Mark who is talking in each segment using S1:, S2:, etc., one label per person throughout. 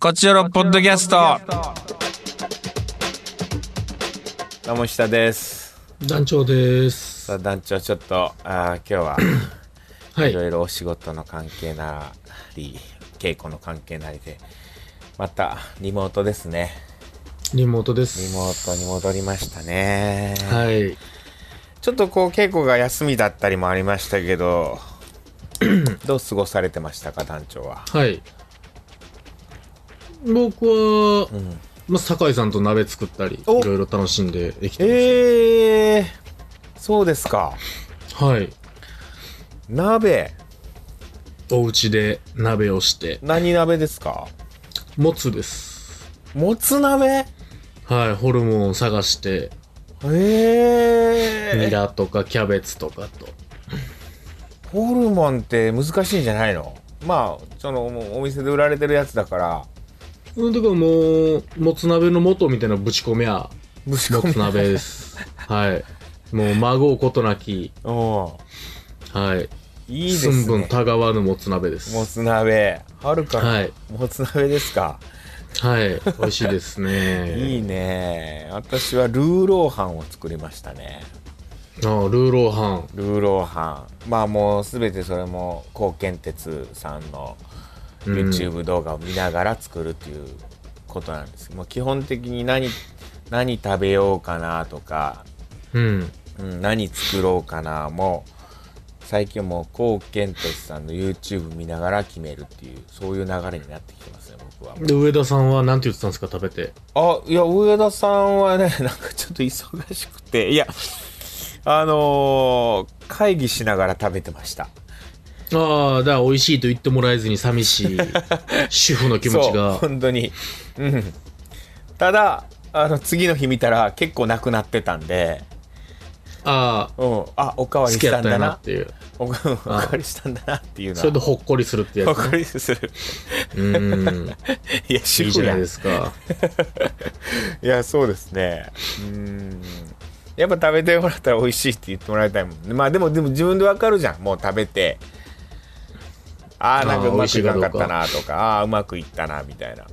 S1: こちらのポッドキャスト。
S2: どうも下です。
S3: 団長です。
S2: さあ団長ちょっとあー今日は
S3: はい
S2: ろ
S3: い。
S2: いろお仕事の関係なり稽古の関係なりでまたリモートですね。
S3: リモートで
S2: リ
S3: す。
S2: モートに戻りましたね。
S3: はい。
S2: ちょっとこう稽古が休みだったりもありましたけど どう過ごされてましたか団長は。
S3: はい。僕は、
S2: ん
S3: まあ、酒井さんと鍋作ったり、い
S2: お
S3: ろいろ楽しんでできてまし
S2: えー、そうですか。
S3: た。はい。
S2: 鍋
S3: お家で鍋をして、
S2: 何鍋ですか
S3: もつです。
S2: もつ鍋
S3: はい。ホルモンを探して、
S2: ええー、
S3: ニラとかキャベツとかと。
S2: ホルモンって難しいんじゃないのまあそのもうお店で売られてるやつだから
S3: うん、だからもう、もつ鍋の元みたいなのぶち込みゃ、
S2: ぶち
S3: も
S2: 込
S3: つ
S2: み
S3: 鍋です。はい。もう、孫うことなき、
S2: うん
S3: はい。
S2: いいです
S3: 寸分
S2: ね
S3: たがわぬもつ鍋です。
S2: もつ鍋はるか
S3: は
S2: の
S3: い
S2: もつ鍋ですか、
S3: はい、美味しいです ね。
S2: いいね私はルーローハンを作りましたね
S3: ああルーローハ
S2: ルーローハンまあもう全てそれも高健鉄さんの
S3: ン。うん
S2: YouTube 動画を見ながら作るっていうことなんです、もう基本的に何何食べようかなとか
S3: うん。
S2: うん、何作ろうかなもう最近もうコウケンテツさんの YouTube 見ながら決めるっていうそういう流れになってきてますね僕は
S3: で、上田さんは何て言ってたんですか、食べて。
S2: あいや上田さんはね なんかちょっと忙しくていやあのー会議しながら食べてました
S3: ああ、だから美味しいと言ってもらえずに 寂しい主婦の気持ち
S2: そう
S3: が。
S2: 本当にうんただあの次の日見たら結構なくなってたんで、
S3: ああ、
S2: うん、あおかわ
S3: 好
S2: り
S3: き
S2: し
S3: や
S2: た
S3: っ
S2: ん
S3: た
S2: だ
S3: やな
S2: な
S3: っていう。
S2: おかおかわりしたんだなっていうの
S3: それで
S2: は
S3: ほっこりするってや
S2: お
S3: つ、
S2: か
S3: ね。
S2: わりする
S3: うん。
S2: いや
S3: い
S2: 主
S3: いじ
S2: 婦
S3: ゃな
S2: や
S3: いですか。
S2: いやそうですねうーんやっぱ食べてもらったら美味しいって言ってもらいたいもんまあでもでも自分でわかるじゃんもう食べてああなんか
S3: あー
S2: うまくいかなか
S3: 美味しいか
S2: っ
S3: どう
S2: た
S3: か
S2: なとかああーうまくいったなみたいな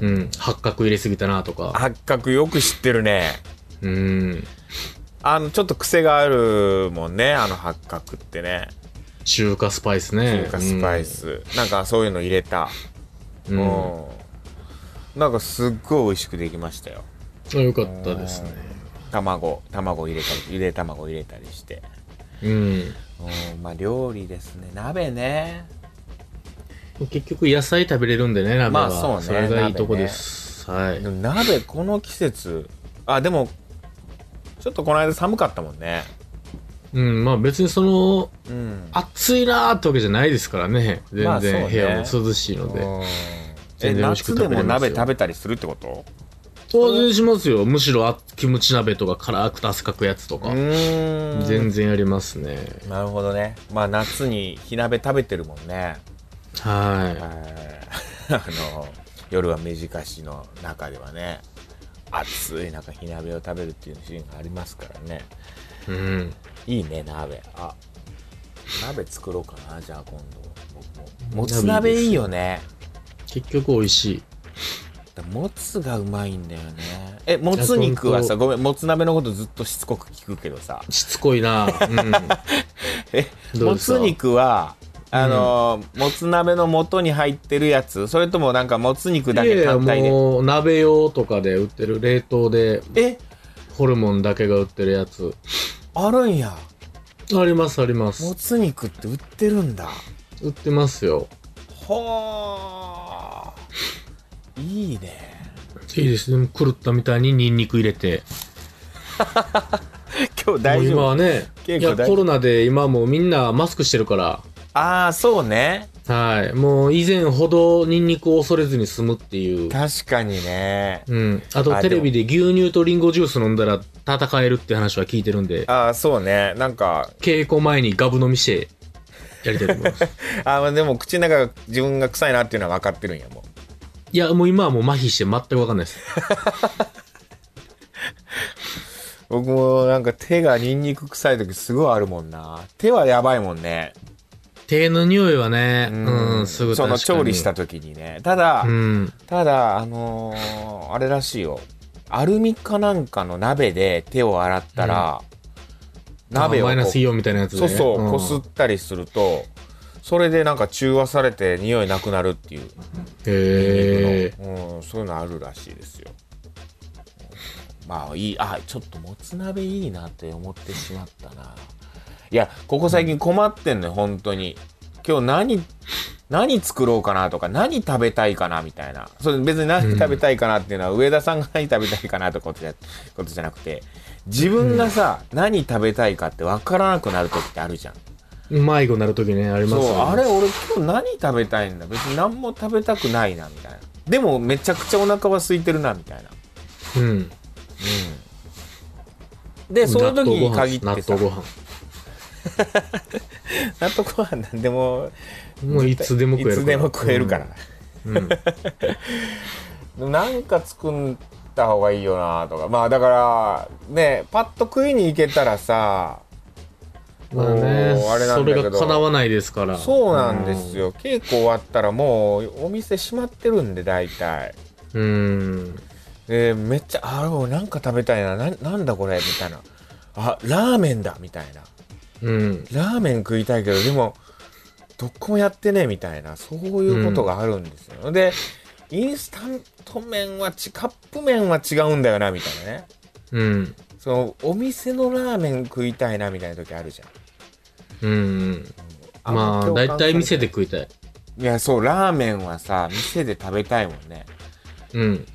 S3: うん。八角入れすぎたなとか。
S2: 八角よく知ってるね
S3: うん。
S2: あのちょっと癖があるもんねあの八角ってね
S3: 中華スパイスね。
S2: 中華スパイス、なんかそういうの入れた
S3: う。
S2: うん
S3: うん。
S2: んなんかすっごい美味しくできましたよ
S3: あよかったですね。
S2: 卵卵入れたりゆで卵入れたりして
S3: うん。
S2: うんまあ料理ですね鍋ね
S3: 結局野菜食べれるんでね、鍋は。
S2: まあそうね
S3: れがいいとこです。はい
S2: で。も鍋この季節あでもちょっとこの間寒かったもんね
S3: うん、まあ別にその、
S2: うん
S3: 暑いなーってわけじゃないですからね。
S2: まあ
S3: 全
S2: そうね
S3: 然部屋も涼しいので。
S2: うんえ
S3: 全然美味し
S2: 夏
S3: く食
S2: で
S3: べれ
S2: も
S3: ます
S2: 鍋
S3: よ
S2: 食べたりするってこと
S3: 当然しますよ。むしろあキムチ鍋とか辛くて汗かくやつと
S2: う
S3: か。
S2: ーん
S3: 全然やりますね。
S2: なるほどねまあ夏に火鍋食べてるもんね
S3: は
S2: はい あの夜は目じかしの中ではね暑い中火鍋を食べるっていうシーンがありますからね
S3: い。うん。
S2: いいね鍋あ鍋作ろうかなじゃあ今度僕も
S3: も
S2: もつ
S3: つ
S2: 鍋
S3: 鍋
S2: い
S3: い
S2: い
S3: い
S2: よ
S3: よ
S2: ね
S3: 結局美味しい。
S2: もつがうまいんだよねえもつ肉はさごめんもつ鍋のことずっとしつこく聞くけどさ
S3: しつこいな。 うん。
S2: え
S3: どう
S2: も
S3: ですか
S2: つ肉はあのーもつ鍋の元に入ってるやつそれともなんかもつ肉だ
S3: いや
S2: け
S3: いや
S2: 単体で
S3: もう鍋用とかで売ってる冷凍で
S2: え
S3: ホルモンだけが売ってるやつ
S2: あるんや
S3: ありますありま
S2: も
S3: す
S2: つ肉って売ってるんだ
S3: 売ってますよ
S2: はあいいね
S3: いいですねでも狂ったみたいにニンニク入れて
S2: 今日大
S3: もう
S2: 丈
S3: 今
S2: 夫
S3: はね
S2: 結
S3: い
S2: 構大
S3: や
S2: 丈夫
S3: コロナで今もうみんなマスクしてるから
S2: ああそうね
S3: はいもう以前ほどニンニクを恐れずに済むっていう
S2: 確かにね
S3: うんあと
S2: あ
S3: テレビで牛乳とリンゴジュース飲んだら戦えるって話は聞いてるんで
S2: ああそうねなんか
S3: 稽古前にガブ飲みしてやりたいと思います
S2: あーでも口の中が自分が臭いなっていうのは分かってるんやもう
S3: いやもう今はもう麻痺して全く分かんないです
S2: 僕もなんか手がニンニク臭い時すごいあるもんな手はやばいもんね
S3: 手の匂いはね、うん、すぐ確
S2: そ
S3: か
S2: の
S3: に
S2: 調理した時にねただ、
S3: うん。
S2: ただあのーあれらしいよアルミかなんかの鍋で手を洗ったら、鍋
S3: あ
S2: を
S3: マイナ
S2: こ
S3: スイオンみたいなやつ
S2: うそ
S3: で、ね。
S2: うそう、
S3: ん
S2: こすったりするとそれでなんか中和されて匂いなくなるっていう、
S3: へえ。
S2: うん、そういうのあるらしいですよまあいいあちょっともつ鍋いいなって思ってしまったないやここ最近困ってんのよ本当に今日何何作ろうかなとか何食べたいかなみたいなそれ別に何食べたいかなっていうのは、上田さんが何食べたいかなとかことじゃことじゃなくて自分がさ、何食べたいかって分からなくなる時ってあるじゃん
S3: 迷子になるときね、あります
S2: そう
S3: よ
S2: あ
S3: ね
S2: れ俺今日何食べたいんだ別に何も食べたくないなみたいなでもめちゃくちゃお腹は空いてるなみたいな
S3: うん。
S2: でその時に限って
S3: 納
S2: さ
S3: 豆ご飯。
S2: 納豆ご飯なんでも
S3: もういつでも食える
S2: いつでも食えるから、
S3: う ん。
S2: なんか作った方がいいよなとかまあだからねパッと食いに行けたらさ
S3: まあね
S2: もうあれ、な
S3: そ
S2: んだけ
S3: れ
S2: ど
S3: が叶わないですから。
S2: そうなんですよ稽古終わったらもうお店閉まってるんで大体
S3: うん。
S2: でめっちゃあれなんか食べたいなななんだこれみたいなあラーメンだみたいな
S3: うん。
S2: ラーメン食いたいけどでもどこもやってねえみたいなそういうことがあるんですよ、でインスタント麺はちカップ麺は違うんだよなみたいなね
S3: うん。
S2: そのお店のラーメン食いたいなみたいな時あるじゃん
S3: うん。
S2: ん
S3: まあ、
S2: 共感
S3: だ
S2: さ
S3: い
S2: れ
S3: た
S2: て
S3: い店で食いたい。
S2: いやそうラーメンはさ店で食べたいもんね
S3: うん。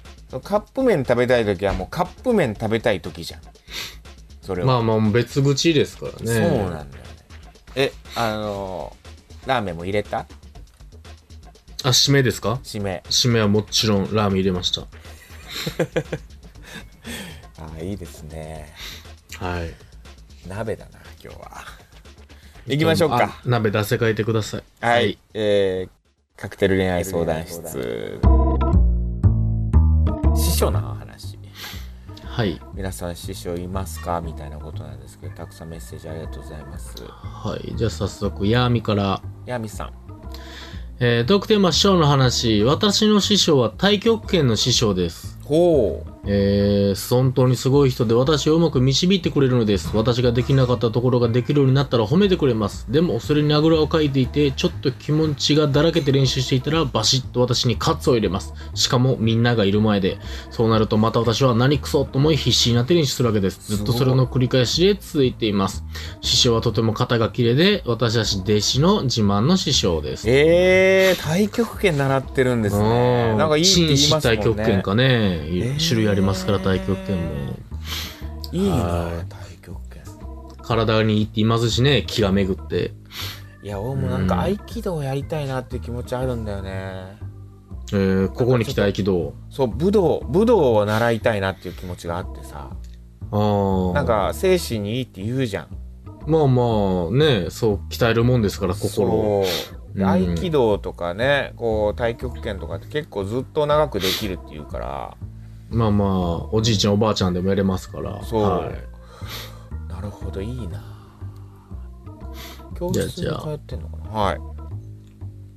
S2: カップ麺食べたい時はもうカップ麺食べたい時じゃんそれは
S3: まあまあ、別口ですからね。
S2: そうなんだよねえあのーラーメンも入れた
S3: あ、締めですか
S2: 締め
S3: 締めはもちろんラーメン入れました。
S2: ああいいですね
S3: はい。
S2: 鍋だな今日は 行きましょうか
S3: あ。鍋出せ替えてください。
S2: はい、えーカクテル恋愛相談室師匠の話
S3: はい。
S2: 皆さん師匠いますかみたいなことなんですけどたくさんメッセージありがとうございます
S3: はい。じゃあ早速、ヤーミから。
S2: ヤミさん
S3: えー、トークテーマ師匠の話。私の師匠は太極拳の師匠です。
S2: ほう
S3: えー、本当にすごい人で私をうまく導いてくれるのです。私ができなかったところができるようになったら褒めてくれます。でも、それにあぐらをかいていて、ちょっと気持ちがだらけて練習していたら、バシッと私にカツを入れます。しかも、みんながいる前で。そうなると、また私は何クソと思い必死になって練習するわけです。ずっとそれの繰り返しで続いています。師匠はとても肩が綺麗で、私たち弟子の自慢の師匠です。
S2: えー、太極拳習ってるんですねなんかいいって言いますもんね
S3: 太極拳かね、
S2: ー
S3: 種類ありますから太極拳も
S2: いい
S3: は
S2: ない太極拳
S3: 体にいいって言いますしね気が巡って
S2: いや俺もなんか合気道やりたいなっていう気持ちあるんだよね
S3: えーここに来た合気道
S2: そう武道武道を習いたいなっていう気持ちがあってさ
S3: あー
S2: なんか精神にいいって言うじゃん
S3: まあまあねそう鍛えるもんですから心
S2: そう
S3: うん
S2: 合気道とかねこう太極拳とかって結構ずっと長くできるっていうから
S3: まあまあおじいちゃんおばあちゃんでもやれますから
S2: そう
S3: はい
S2: なるほどいいな教室に
S3: じゃあじ
S2: 通ってんのかなはい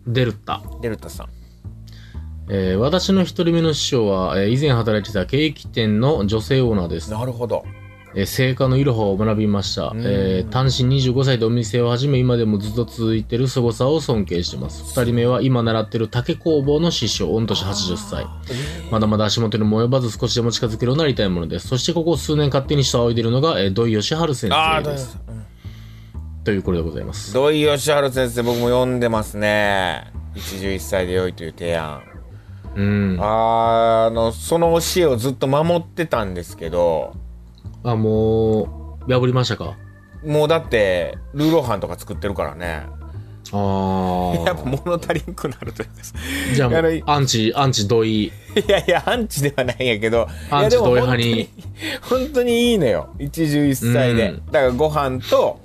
S3: デルタ
S2: デルタさん
S3: えー私の一人目の師匠は、えー以前働いてたケーキ店の女性オーナーです。
S2: なるほど
S3: えー成果のいろはを学びました、
S2: ん
S3: えー単身25歳でお店を始め今でもずっと続いてる凄さを尊敬してます2人目は今習ってる竹工房の師匠御年80歳まだまだ足元にも及ばず少しでも近づけるようになりたいものですそしてここ数年勝手に下を仰いでいるのが、えー土井善晴先
S2: ああ
S3: 生ですというこれでございます
S2: 土井善治先生僕も読んでますね一汁一菜で良いという提案
S3: うん
S2: あーあのその教えをずっと守ってたんですけど
S3: あもう破りましたか
S2: もうだってルーローハンとか作ってるからね
S3: あ
S2: やっぱ
S3: ー
S2: 物足りんくなるというかさ
S3: じゃあも
S2: や
S3: う
S2: る
S3: アンチアンチ土井
S2: いやいや、アンチではないんやけど、
S3: アンチ
S2: いやでも
S3: 同意派に
S2: 本当に、本当にいいのよ。一汁一菜で。
S3: うん
S2: だからご飯と、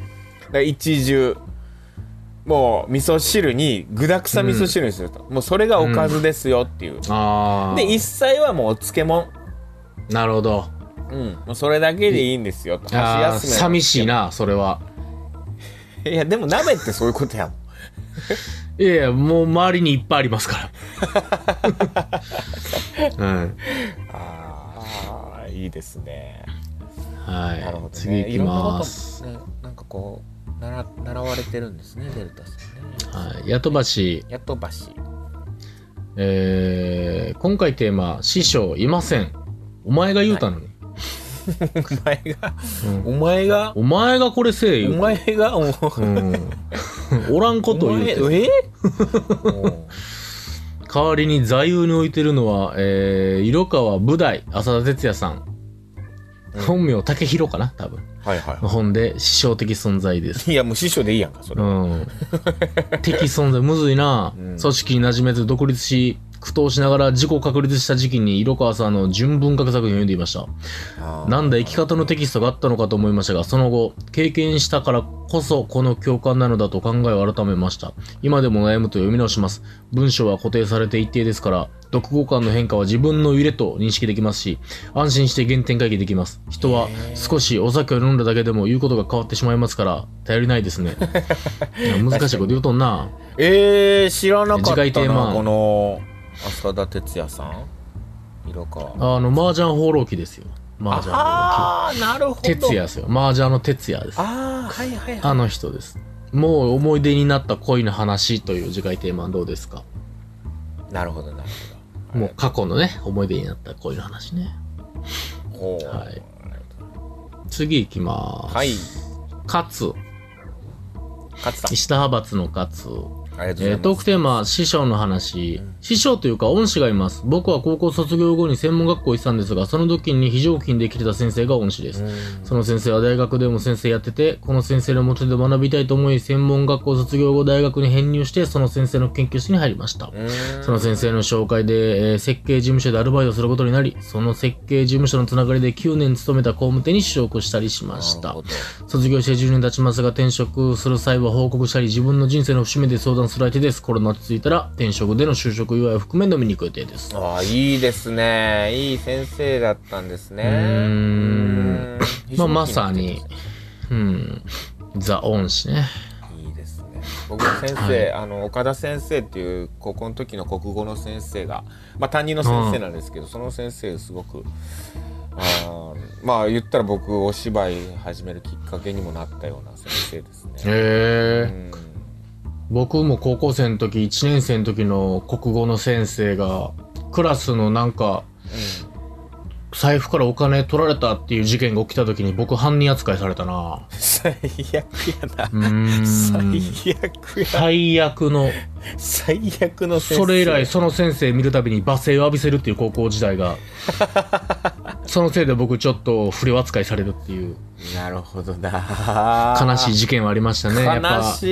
S2: だから一汁、もう味噌汁に、具だくさ味噌汁にすると。もうそれがおかずですよっていう。
S3: あ
S2: で、一
S3: あ
S2: 菜はもうお漬物。
S3: なるほど
S2: うん。もうそれだけでいいんですよと。箸
S3: あー
S2: 休めの
S3: 寂しいなそれはい
S2: や、でも鍋ってそういうことやもん。
S3: いやいや、もう周りにいっぱいありま すから。はい。
S2: ああいいですね
S3: はい。
S2: なるほど、ね、
S3: 次行きます
S2: い。ろんなこと、ね、なんかこう習習われてるんですねデルタさんね
S3: はい。やとばし、
S2: やっとばし
S3: えー、今回テーマ、師匠いません。お前が言うたのに。
S2: お前が
S3: うん
S2: お前が
S3: お前がこれせえ
S2: お
S3: 言う
S2: 前がお
S3: た。うん。おらんことを言うて。
S2: お前えも
S3: 代わりに座右に置いてるのは、えー、色川武大浅田哲也さん、
S2: うん
S3: 本名武弘かな多分
S2: うはいはい
S3: の
S2: は
S3: 本で師匠的存在です
S2: いいやもう師匠でいいやんかそれ
S3: う、 ん敵存在むずいな、
S2: うん
S3: 組織に馴染めず独立し苦闘しながら自己確立した時期に色川さんの純文学作品を読んでいました
S2: あー
S3: なんだ生き方のテキストがあったのかと思いましたが、その後、経験したからこそこの共感なのだと考えを改めました。今でも悩むと読み直します。文章は固定されて一定ですから、読語感の変化は自分の揺れと認識できますし、安心して原点回帰できます。人は
S2: へー
S3: 少しお酒を飲んだだけでも言うことが変わってしまいますから、頼りないですね。いや難しいこと言うとんな。
S2: えー、知らなか
S3: 次
S2: った
S3: 回テーマ
S2: なこの浅田哲也さん色か
S3: あの、麻雀放浪記ですよ。麻雀放浪
S2: ああなるほど
S3: 記。徹夜ですよ。麻雀の徹夜です。
S2: ああはいはいはい
S3: あの人です。もう思い出になった恋の話という次回テーマはどうですか
S2: なるほどなるほど
S3: もう過去のね、思い出になった恋の話ね。
S2: ほう
S3: はい次行きます。
S2: はい
S3: 勝。
S2: 勝さん
S3: 石田派閥の勝。
S2: ありがとう
S3: えー、
S2: ござ
S3: トー
S2: い
S3: クテーマ、師匠の話。師匠というか恩師がいます。僕は高校卒業後に専門学校行ってたんですが、その時に非常勤で来てた先生が恩師です。
S2: ます
S3: その先生は大学でも先生やってて、この先生のもとで学びたいと思い、専門学校卒業後大学に編入して、その先生の研究室に入りました。
S2: うんうん
S3: その先生の紹介で、えー設計事務所でアルバイトをすることになり、その設計事務所のつながりで9年勤めた工務店に就職したりしまし
S2: なる
S3: た
S2: ほ。ど
S3: 卒業して10年経ちますが、転職する際は報告したり、自分の人生の節目で相談する相手です。コロナ落ち着いたら、転職での就職祝いを含め飲みに行く予定です。
S2: ああいいですねいい先生だったんですね
S3: うーん
S2: うん
S3: まあ、まさに、うん、ザ・恩師ね。
S2: いいですね。僕の先生、あの岡田先生っていう高校の時の国語の先生が、まあ、担任の先生なんですけど、その先生すごくあーまあ言ったら僕お芝居始めるきっかけにもなったような先生ですね。
S3: へ
S2: う
S3: え。
S2: ん
S3: 僕も高校生の時、1年生の時の国語の先生が、クラスのなんか、財布からお金取られたっていう事件が起きた時に僕犯人扱いされたな
S2: 最悪やな
S3: う。ーん
S2: 最悪や。
S3: 最悪の
S2: 最悪の先生。
S3: それ以来その先生見るたびに罵声を浴びせるっていう高校時 代がそのせいで僕ちょっと不良扱いされるっていう
S2: なるほどな。
S3: 悲しい事件はありましたねやっ
S2: 悲
S3: ぱ
S2: し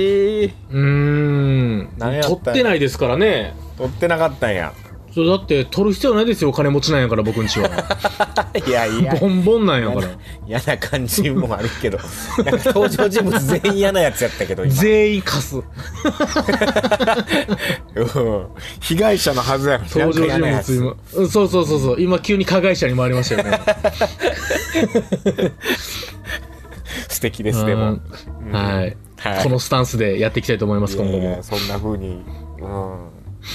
S2: い。
S3: うーん
S2: 何やったん
S3: 取
S2: や
S3: ってないですからね
S2: 取ってなかったんや。
S3: それだって取る必要ないですよ金持ちなんやから僕んちは
S2: いやいや。
S3: ボンボンなんやから
S2: 嫌な感じもあるけどなんか登場人物全員嫌なやつやったけど今、
S3: 全員貸す
S2: うん、被害者のはずやのに
S3: 登場
S2: なんか嫌
S3: 人
S2: なやつ
S3: 物今うんそうそうそうそう今急に加害者に回りましたよ ね
S2: 素敵ですでも、
S3: うんはい、
S2: はい
S3: このスタンスでやっていきたいと思いま
S2: い
S3: す
S2: や
S3: 今後
S2: いや
S3: も
S2: そんな風にうん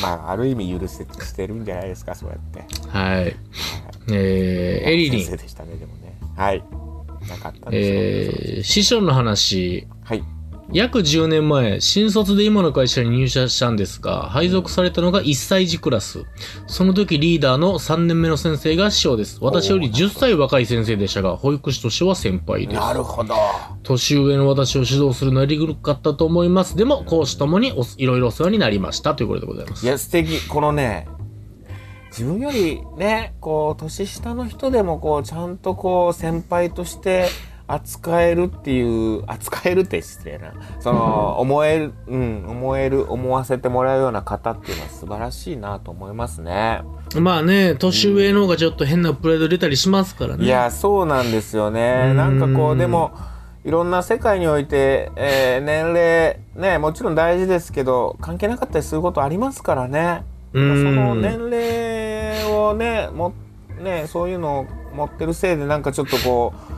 S2: まあある意味許せしてるんじゃないですかそうやって
S3: はいえー、エリリ
S2: 先生
S3: ン、
S2: でしたねでもねはいなかったんですけど、
S3: えー、師匠の話
S2: はい
S3: 約10年前、新卒で今の会社に入社したんですが、配属されたのが1歳児クラス。その時リーダーの3年目の先生が師匠です。私より10歳若い先生でしたが、保育士としては先輩です。
S2: なるほど
S3: 年上の私を指導するのはりぐるかったと思います。でも、講師ともにおいろいろお世話になりました。ということでございます
S2: い。や素敵このね自分よりねこう年下の人でもこうちゃんとこう先輩として扱えるっていう扱えるって失礼なその思えるうん思える思わせてもらうような方っていうのは素晴らしいなと思いますね。
S3: まあね、年上の方がちょっと変なプライド出たりしますからね。
S2: いやそうなんですよ
S3: う
S2: ね
S3: ん
S2: なんかこうでもいろんな世界において、えー年齢ねもちろん大事ですけど関係なかったりすることありますからね
S3: う
S2: そ
S3: ん
S2: の年齢をねもねそういうのを持ってるせいでなんかちょっとこう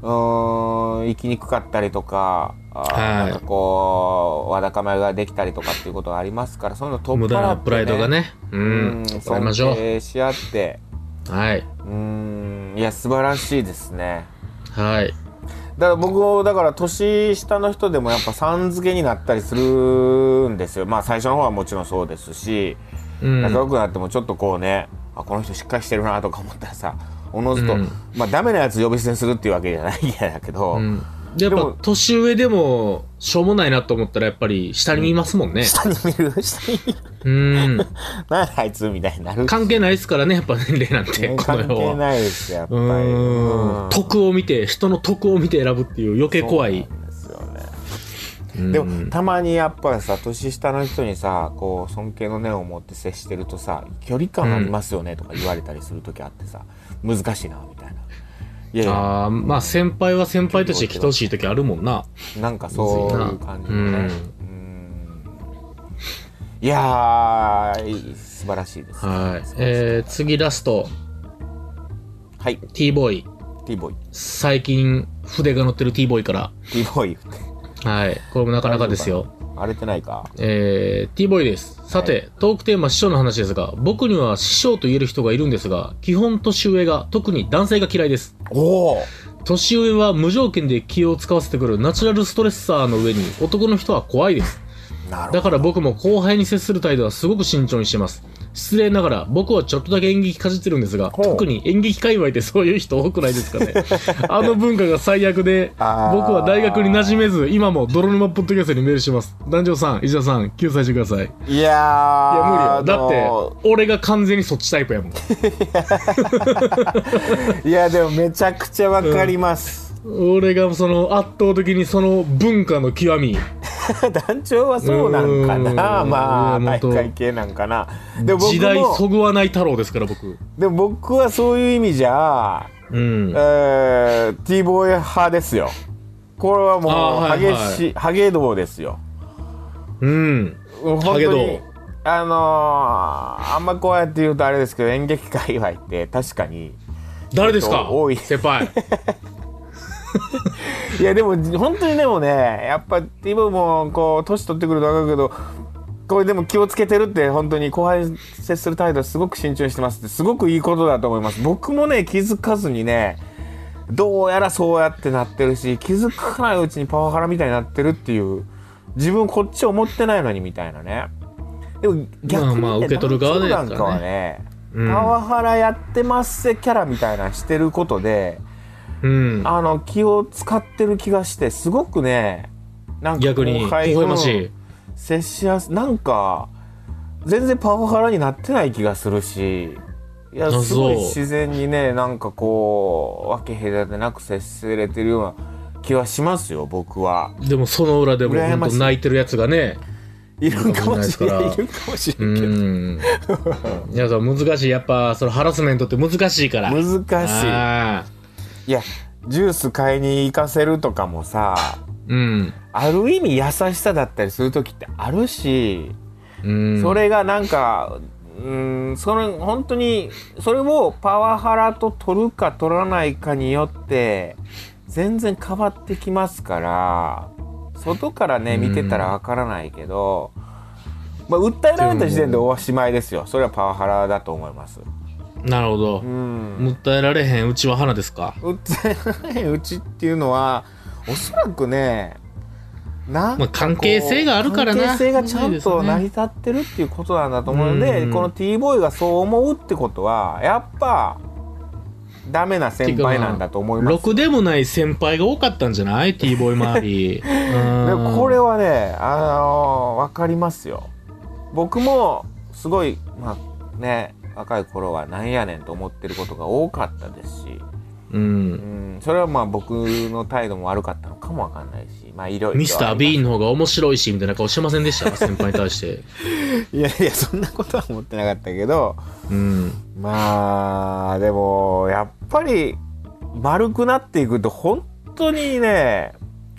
S2: うーん生きにくかったりとかああー
S3: はい
S2: なんかこうわだかまりができたりとかっていうことがありますからそういうの取っ払
S3: 無
S2: って、ね、
S3: 駄なプライドがね。う。
S2: うんん
S3: 取っ払い
S2: 尊
S3: ましょ
S2: 敬し合って
S3: う。はい。
S2: うんいや素晴らしいですね
S3: はい。
S2: だから僕もだから年下の人でもやっぱさん付けになったりするんですよまあ最初の方はもちろんそうですし
S3: うん。
S2: 仲良くなってもちょっとこうねあこの人しっかりしてるなとか思ったらさおのずと、
S3: うん
S2: まあダメなやつ呼び捨てにするっていうわけじゃないんだけど、
S3: うん。で
S2: で
S3: やっぱ
S2: も
S3: 年上でもしょうもないなと思ったらやっぱり下に見ますもんね。
S2: 下に見る下に見る
S3: うん。
S2: 何やあいつみたいになる
S3: 関係ないですからねやっぱ年齢なんて
S2: ね
S3: この
S2: 関
S3: 世
S2: 係
S3: は。
S2: ないですよやっぱ
S3: う
S2: り
S3: ー
S2: うんん
S3: 徳を見て人の徳を見て選ぶっていう余計怖
S2: そう
S3: い
S2: なんですよね
S3: うん
S2: でもたまにやっぱりさ年下の人にさこう尊敬の念を持って接してるとさ距離感ありますよねとか言われたりする時あってさ難しいなみたいないやいや
S3: あーまあ先輩は先輩として来てほしい時あるもんな
S2: なんかそういう感じのね
S3: むずいな
S2: うんいやーい素晴らしいですね
S3: はい、えー、次ラスト
S2: はい
S3: T ボーイ
S2: T ボーイ
S3: 最近筆が乗ってる T ボーイから
S2: T ボーイ
S3: はいこれもなかなかですよ
S2: 荒れてないか
S3: えー、T ボーイです。さて、トークテーマ師匠の話ですが、僕には師匠と言える人がいるんですが、基本年上が、特に男性が嫌いです。
S2: おお
S3: 年上は無条件で気を使わせてくるナチュラルストレッサーの上に男の人は怖いです。
S2: なる
S3: だ
S2: ほ
S3: から僕も後輩に接する態度はすごく慎重にしてます。失礼ながら僕はちょっとだけ演劇かじってるんですが、
S2: ほう
S3: 特に演劇界隈ってそういう人多くないですかね。 あの文化が最悪で、僕
S2: あー
S3: は大学に馴染めず、今も泥沼ポッドキャストにメールします。男女さん、石田さん、救済してください。
S2: どいやー
S3: いや無理よ。だ
S2: あのー
S3: って、俺が完全にそっちタイプやもん。
S2: いやでもめちゃくちゃわかります、
S3: 俺がその圧倒的にその文化の極み。
S2: 団長はそうなんかな
S3: うーん
S2: まあ
S3: いや
S2: 大
S3: 本当
S2: 会系なんかなでも僕
S3: 時代そ
S2: も
S3: ぐわない太郎ですから、僕。
S2: でも僕はそういう意味じゃ、
S3: うん。
S2: えー、T ボーイ派ですよこれはも
S3: あーは
S2: う
S3: いはい
S2: 激し、いハゲ道ですよ
S3: うん。
S2: うん本
S3: ハゲ
S2: 当
S3: 道
S2: にあのー、あんまこうやって言うとあれですけど演劇界隈って確かに
S3: 誰ですか
S2: 多い
S3: 先輩。
S2: いやでも本当にでもねやっぱ今もこう年取ってくると分かるけどこれでも気をつけてるって本当に後輩に接する態度すごく慎重にしてますってすごくいいことだと思います僕もね気づかずにねどうやらそうやってなってるし気づかないうちにパワハラみたいになってるっていう自分こっち思ってないのにみたいなねでも逆に、ね
S3: まあまあ受け取る側ですからね
S2: 男女なんかはね、
S3: うん
S2: パワハラやってますせキャラみたいなしてることで
S3: うん。
S2: あの気を使ってる気がしてすごくねなんか
S3: 逆に、微
S2: 後輩
S3: 笑ましい。
S2: 接しやすなんか全然パワハラになってない気がするしいや
S3: あそう
S2: すごい自然にねなんかこう分け隔てなく接せれてるような気はしますよ僕は。
S3: でもその裏でも
S2: 羨
S3: 本
S2: ましい
S3: 当泣いてるやつがね。
S2: いるかもしれない
S3: い
S2: いる
S3: るかもしれないですから
S2: かもし
S3: う
S2: れないけど
S3: ん。いや、そう難しい。やっぱ、そのハラスメントって難しいから。
S2: 難し
S3: あ
S2: い。いやジュース買いに行かせるとかもさ
S3: ーうん。
S2: ある意味優しさだったりする時ってあるし
S3: うん。
S2: それがなんか、うん、それ本当にそれをパワハラと取るか取らないかによって全然変わってきますから外からね見てたらわからないけど、まあ、訴えられた時点でおしまいですよそれはパワハラだと思います。
S3: なるほど
S2: う。ん
S3: もったいられへんうちは花ですか。
S2: 訴えられないうちっていうのはおそらくねなんかこう
S3: まあ関係性があるからな
S2: 関係性がちゃんと成り立ってるっていうことなんだと思うので
S3: うん
S2: この T ボーイがそう思うってことはやっぱダメな先輩なんだと思いま
S3: ろ
S2: す
S3: くでもない先輩が多かったんじゃない ?T ボーイ周
S2: で
S3: り。うん
S2: これはねあのー、分かりますよ僕もすごいまあね若い頃はなんやねんと思ってることが多かったですし
S3: う。
S2: うんんそれはまあ僕の態度も悪かったのかもわかんないしまあいろいろ
S3: ミスター・ビーンの方が面白いし、みたいな顔してませんでした先輩に対して。
S2: いやいやそんなことは思ってなかったけど
S3: うん。
S2: まあでもやっぱり丸くなっていくと本当にね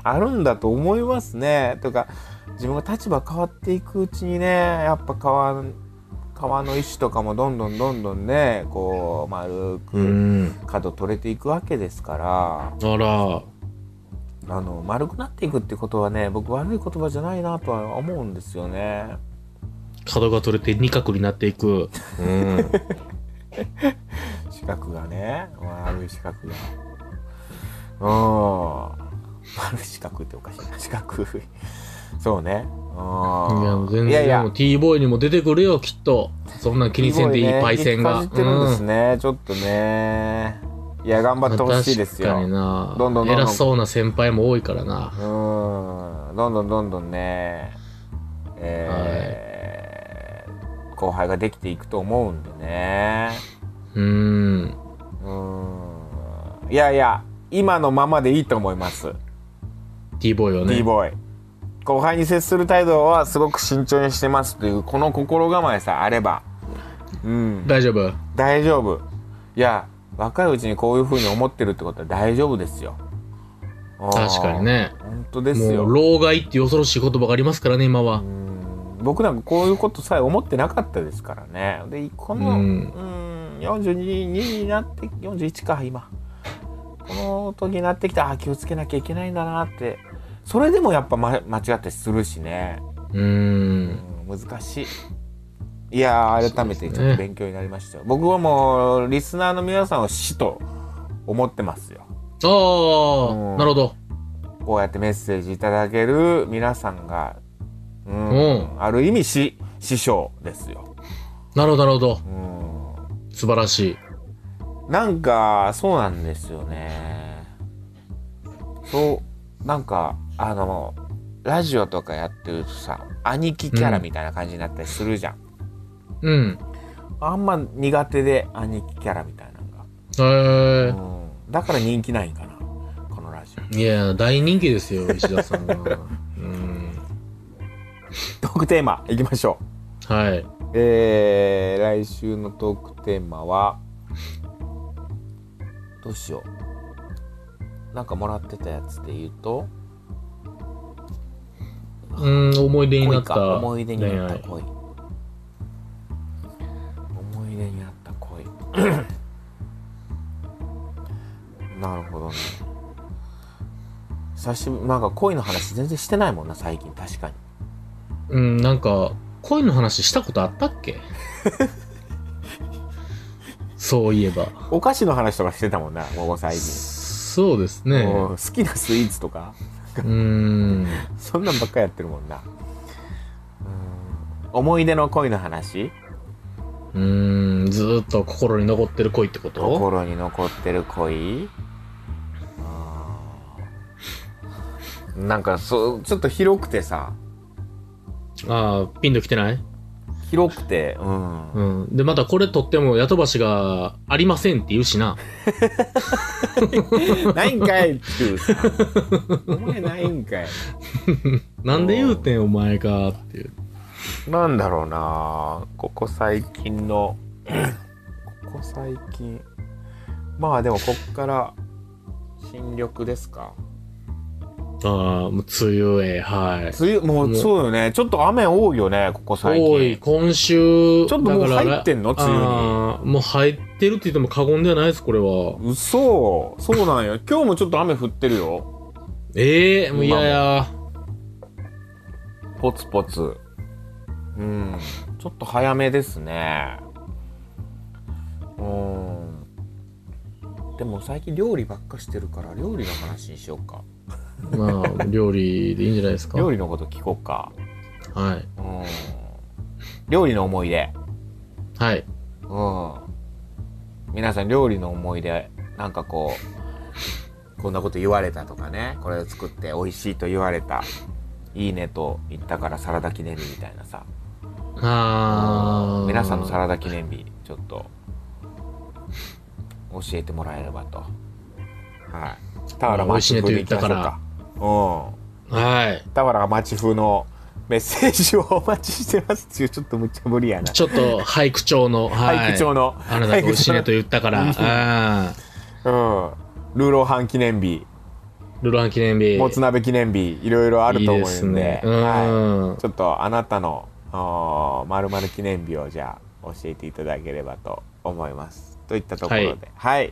S2: あるんだと思いますねとか自分が立場変わっていくうちにねやっぱ川川の石とかもどんどんどんどんねこう丸
S3: う
S2: く
S3: ん。
S2: 角取れていくわけですから
S3: あら。
S2: あの丸くなっていくってことはね僕悪い言葉じゃないなとは思うんですよね。
S3: 角が取れて二角になっていく。
S2: うん、四角がね丸い四角が。うん丸い四角っておかしいな四角いそうね。
S3: いや、も
S2: う
S3: うん全
S2: いやい
S3: 然
S2: や
S3: もう T ボーイにも出てくるよ、きっと。そんなん気にせんでいい、パイセンが。
S2: いい声ねいっぱい知ってるんです
S3: ん。
S2: ね、ちょっとね。いや、頑張ってほしいですよ。
S3: 確か
S2: う
S3: に
S2: ん。
S3: な。
S2: どんどんどんどん
S3: 偉そうな先輩も多いからな。
S2: どんどんどんどんね、えー後輩ができていくと思うんでね。
S3: うーん。
S2: うん。いやいや、今のままでいいと思います。
S3: T ボーイは
S2: D
S3: ね。
S2: ボーイ。後輩に接する態度はすごく慎重にしてますという、この心構えさえあれば。うん。
S3: 大丈夫
S2: 大丈夫いや若いうちにこういうふうに思ってるってことは大丈夫ですよあー
S3: 確かにね。
S2: 本当です
S3: も
S2: よ
S3: う、老害っていう恐ろしい言葉がありますからね、今は
S2: う。ん僕なんかこういうことさえ思ってなかったですからねでこの
S3: う
S2: うんん42になって41か今この時になってきたあー気をつけなきゃいけないんだなってそれでもやっぱ、ま、間違ってするしね、
S3: うーん。
S2: うん、難しいいやー改めてちょっと勉強になりましたよ、僕はもうリスナーの皆さんを死と思ってますよ
S3: あ
S2: う
S3: あ、
S2: ん
S3: なるほど。
S2: こうやってメッセージいただける皆さんが、うん
S3: うん
S2: ある意味師師匠ですよ、
S3: なるほど、なるほど。
S2: う
S3: 素晴らしい。
S2: ん、なんかそうなんですよねそうなんかあのラジオとかやってるとさ兄貴キャラみたいな感じになったりするじゃん、
S3: うん。
S2: あんま苦手で兄貴キャラみたいなのが、
S3: へえ。
S2: うん、だから人気ないんかなこのラジ
S3: いや、大人気ですよ、石田さんは。 うん。
S2: オトークテーマいきましょう
S3: はい。
S2: えー、来週のトークテーマはどうしようなんかもらってたやつで言うと
S3: うん、思い出にな
S2: 恋
S3: っ
S2: か
S3: た。
S2: 思い出になった
S3: 恋愛
S2: 恋思い出になった恋 なるほどね久しぶりなんか恋の話全然してないもんな最近確かに
S3: うん、なんか、恋の話したことあったっ けそういえば。
S2: お菓子の話とかしてたもんなここ最近、
S3: そうですね。
S2: うん好きなスイーツとか
S3: うん。
S2: そんなんばっかやってるもんな。うん思い出の恋の話
S3: うん、ずーっと心に残ってる恋ってこと
S2: 心に残ってる恋あーなんかそうちょっと広くてさ
S3: ああ、ピンときてない
S2: 広くて うん、
S3: うん。で、またこれ撮っても、雇ばしがありませんって言うしな。
S2: ないんかいっていうさお前ないんかい
S3: なんで言うてん、お前が、っていう。
S2: なんだろうなここ最近のここ最近まあでもこっから新緑ですか
S3: ああ、もう、梅雨へ、はい。
S2: 梅雨も
S3: も
S2: う
S3: う
S2: そうよねちょっと雨多いよねここ最近
S3: おい、今週、
S2: ちょっともう
S3: だから
S2: 入ってんの梅雨に
S3: あーもう入ってるって言っても過言ではないです、これは。
S2: 嘘そうなんよ今日もちょっと雨降ってるよ
S3: ええもう嫌や。
S2: ポツポツうんちょっと早めですねうんでも最近料理ばっかしてるから料理の話にしようか
S3: まあ、料理でいいんじゃないですか。
S2: 料理のこと聞こうか
S3: は
S2: う
S3: い。
S2: ん料理の思い出
S3: はい。
S2: うん皆さん料理の思い出なんかこうこんなこと言われたとかねこれを作って美味しいと言われたいいねと言ったからサラダ記念日みたいなさ
S3: あー
S2: 皆さんのサラダ記念日ちょっと教えてもらえればとはい田原町風に行きましょうかう
S3: はい。
S2: ん田原町風のメッセージをお待ちしてますっていうちょっとむちゃぶりやな
S3: ちょっと、俳句調 の、はい。
S2: 俳句調の
S3: あなたが美味しいねと言ったから、あ
S2: う
S3: ー
S2: んルーローハン記念日
S3: ルロハン記念日。
S2: もつ鍋記念日いろいろあると思
S3: いいで
S2: う
S3: す
S2: んで
S3: ね。うん。
S2: は、
S3: はい
S2: ちょっとあなたのまる記念日をじゃあ教えていただければと思いますといったところではい、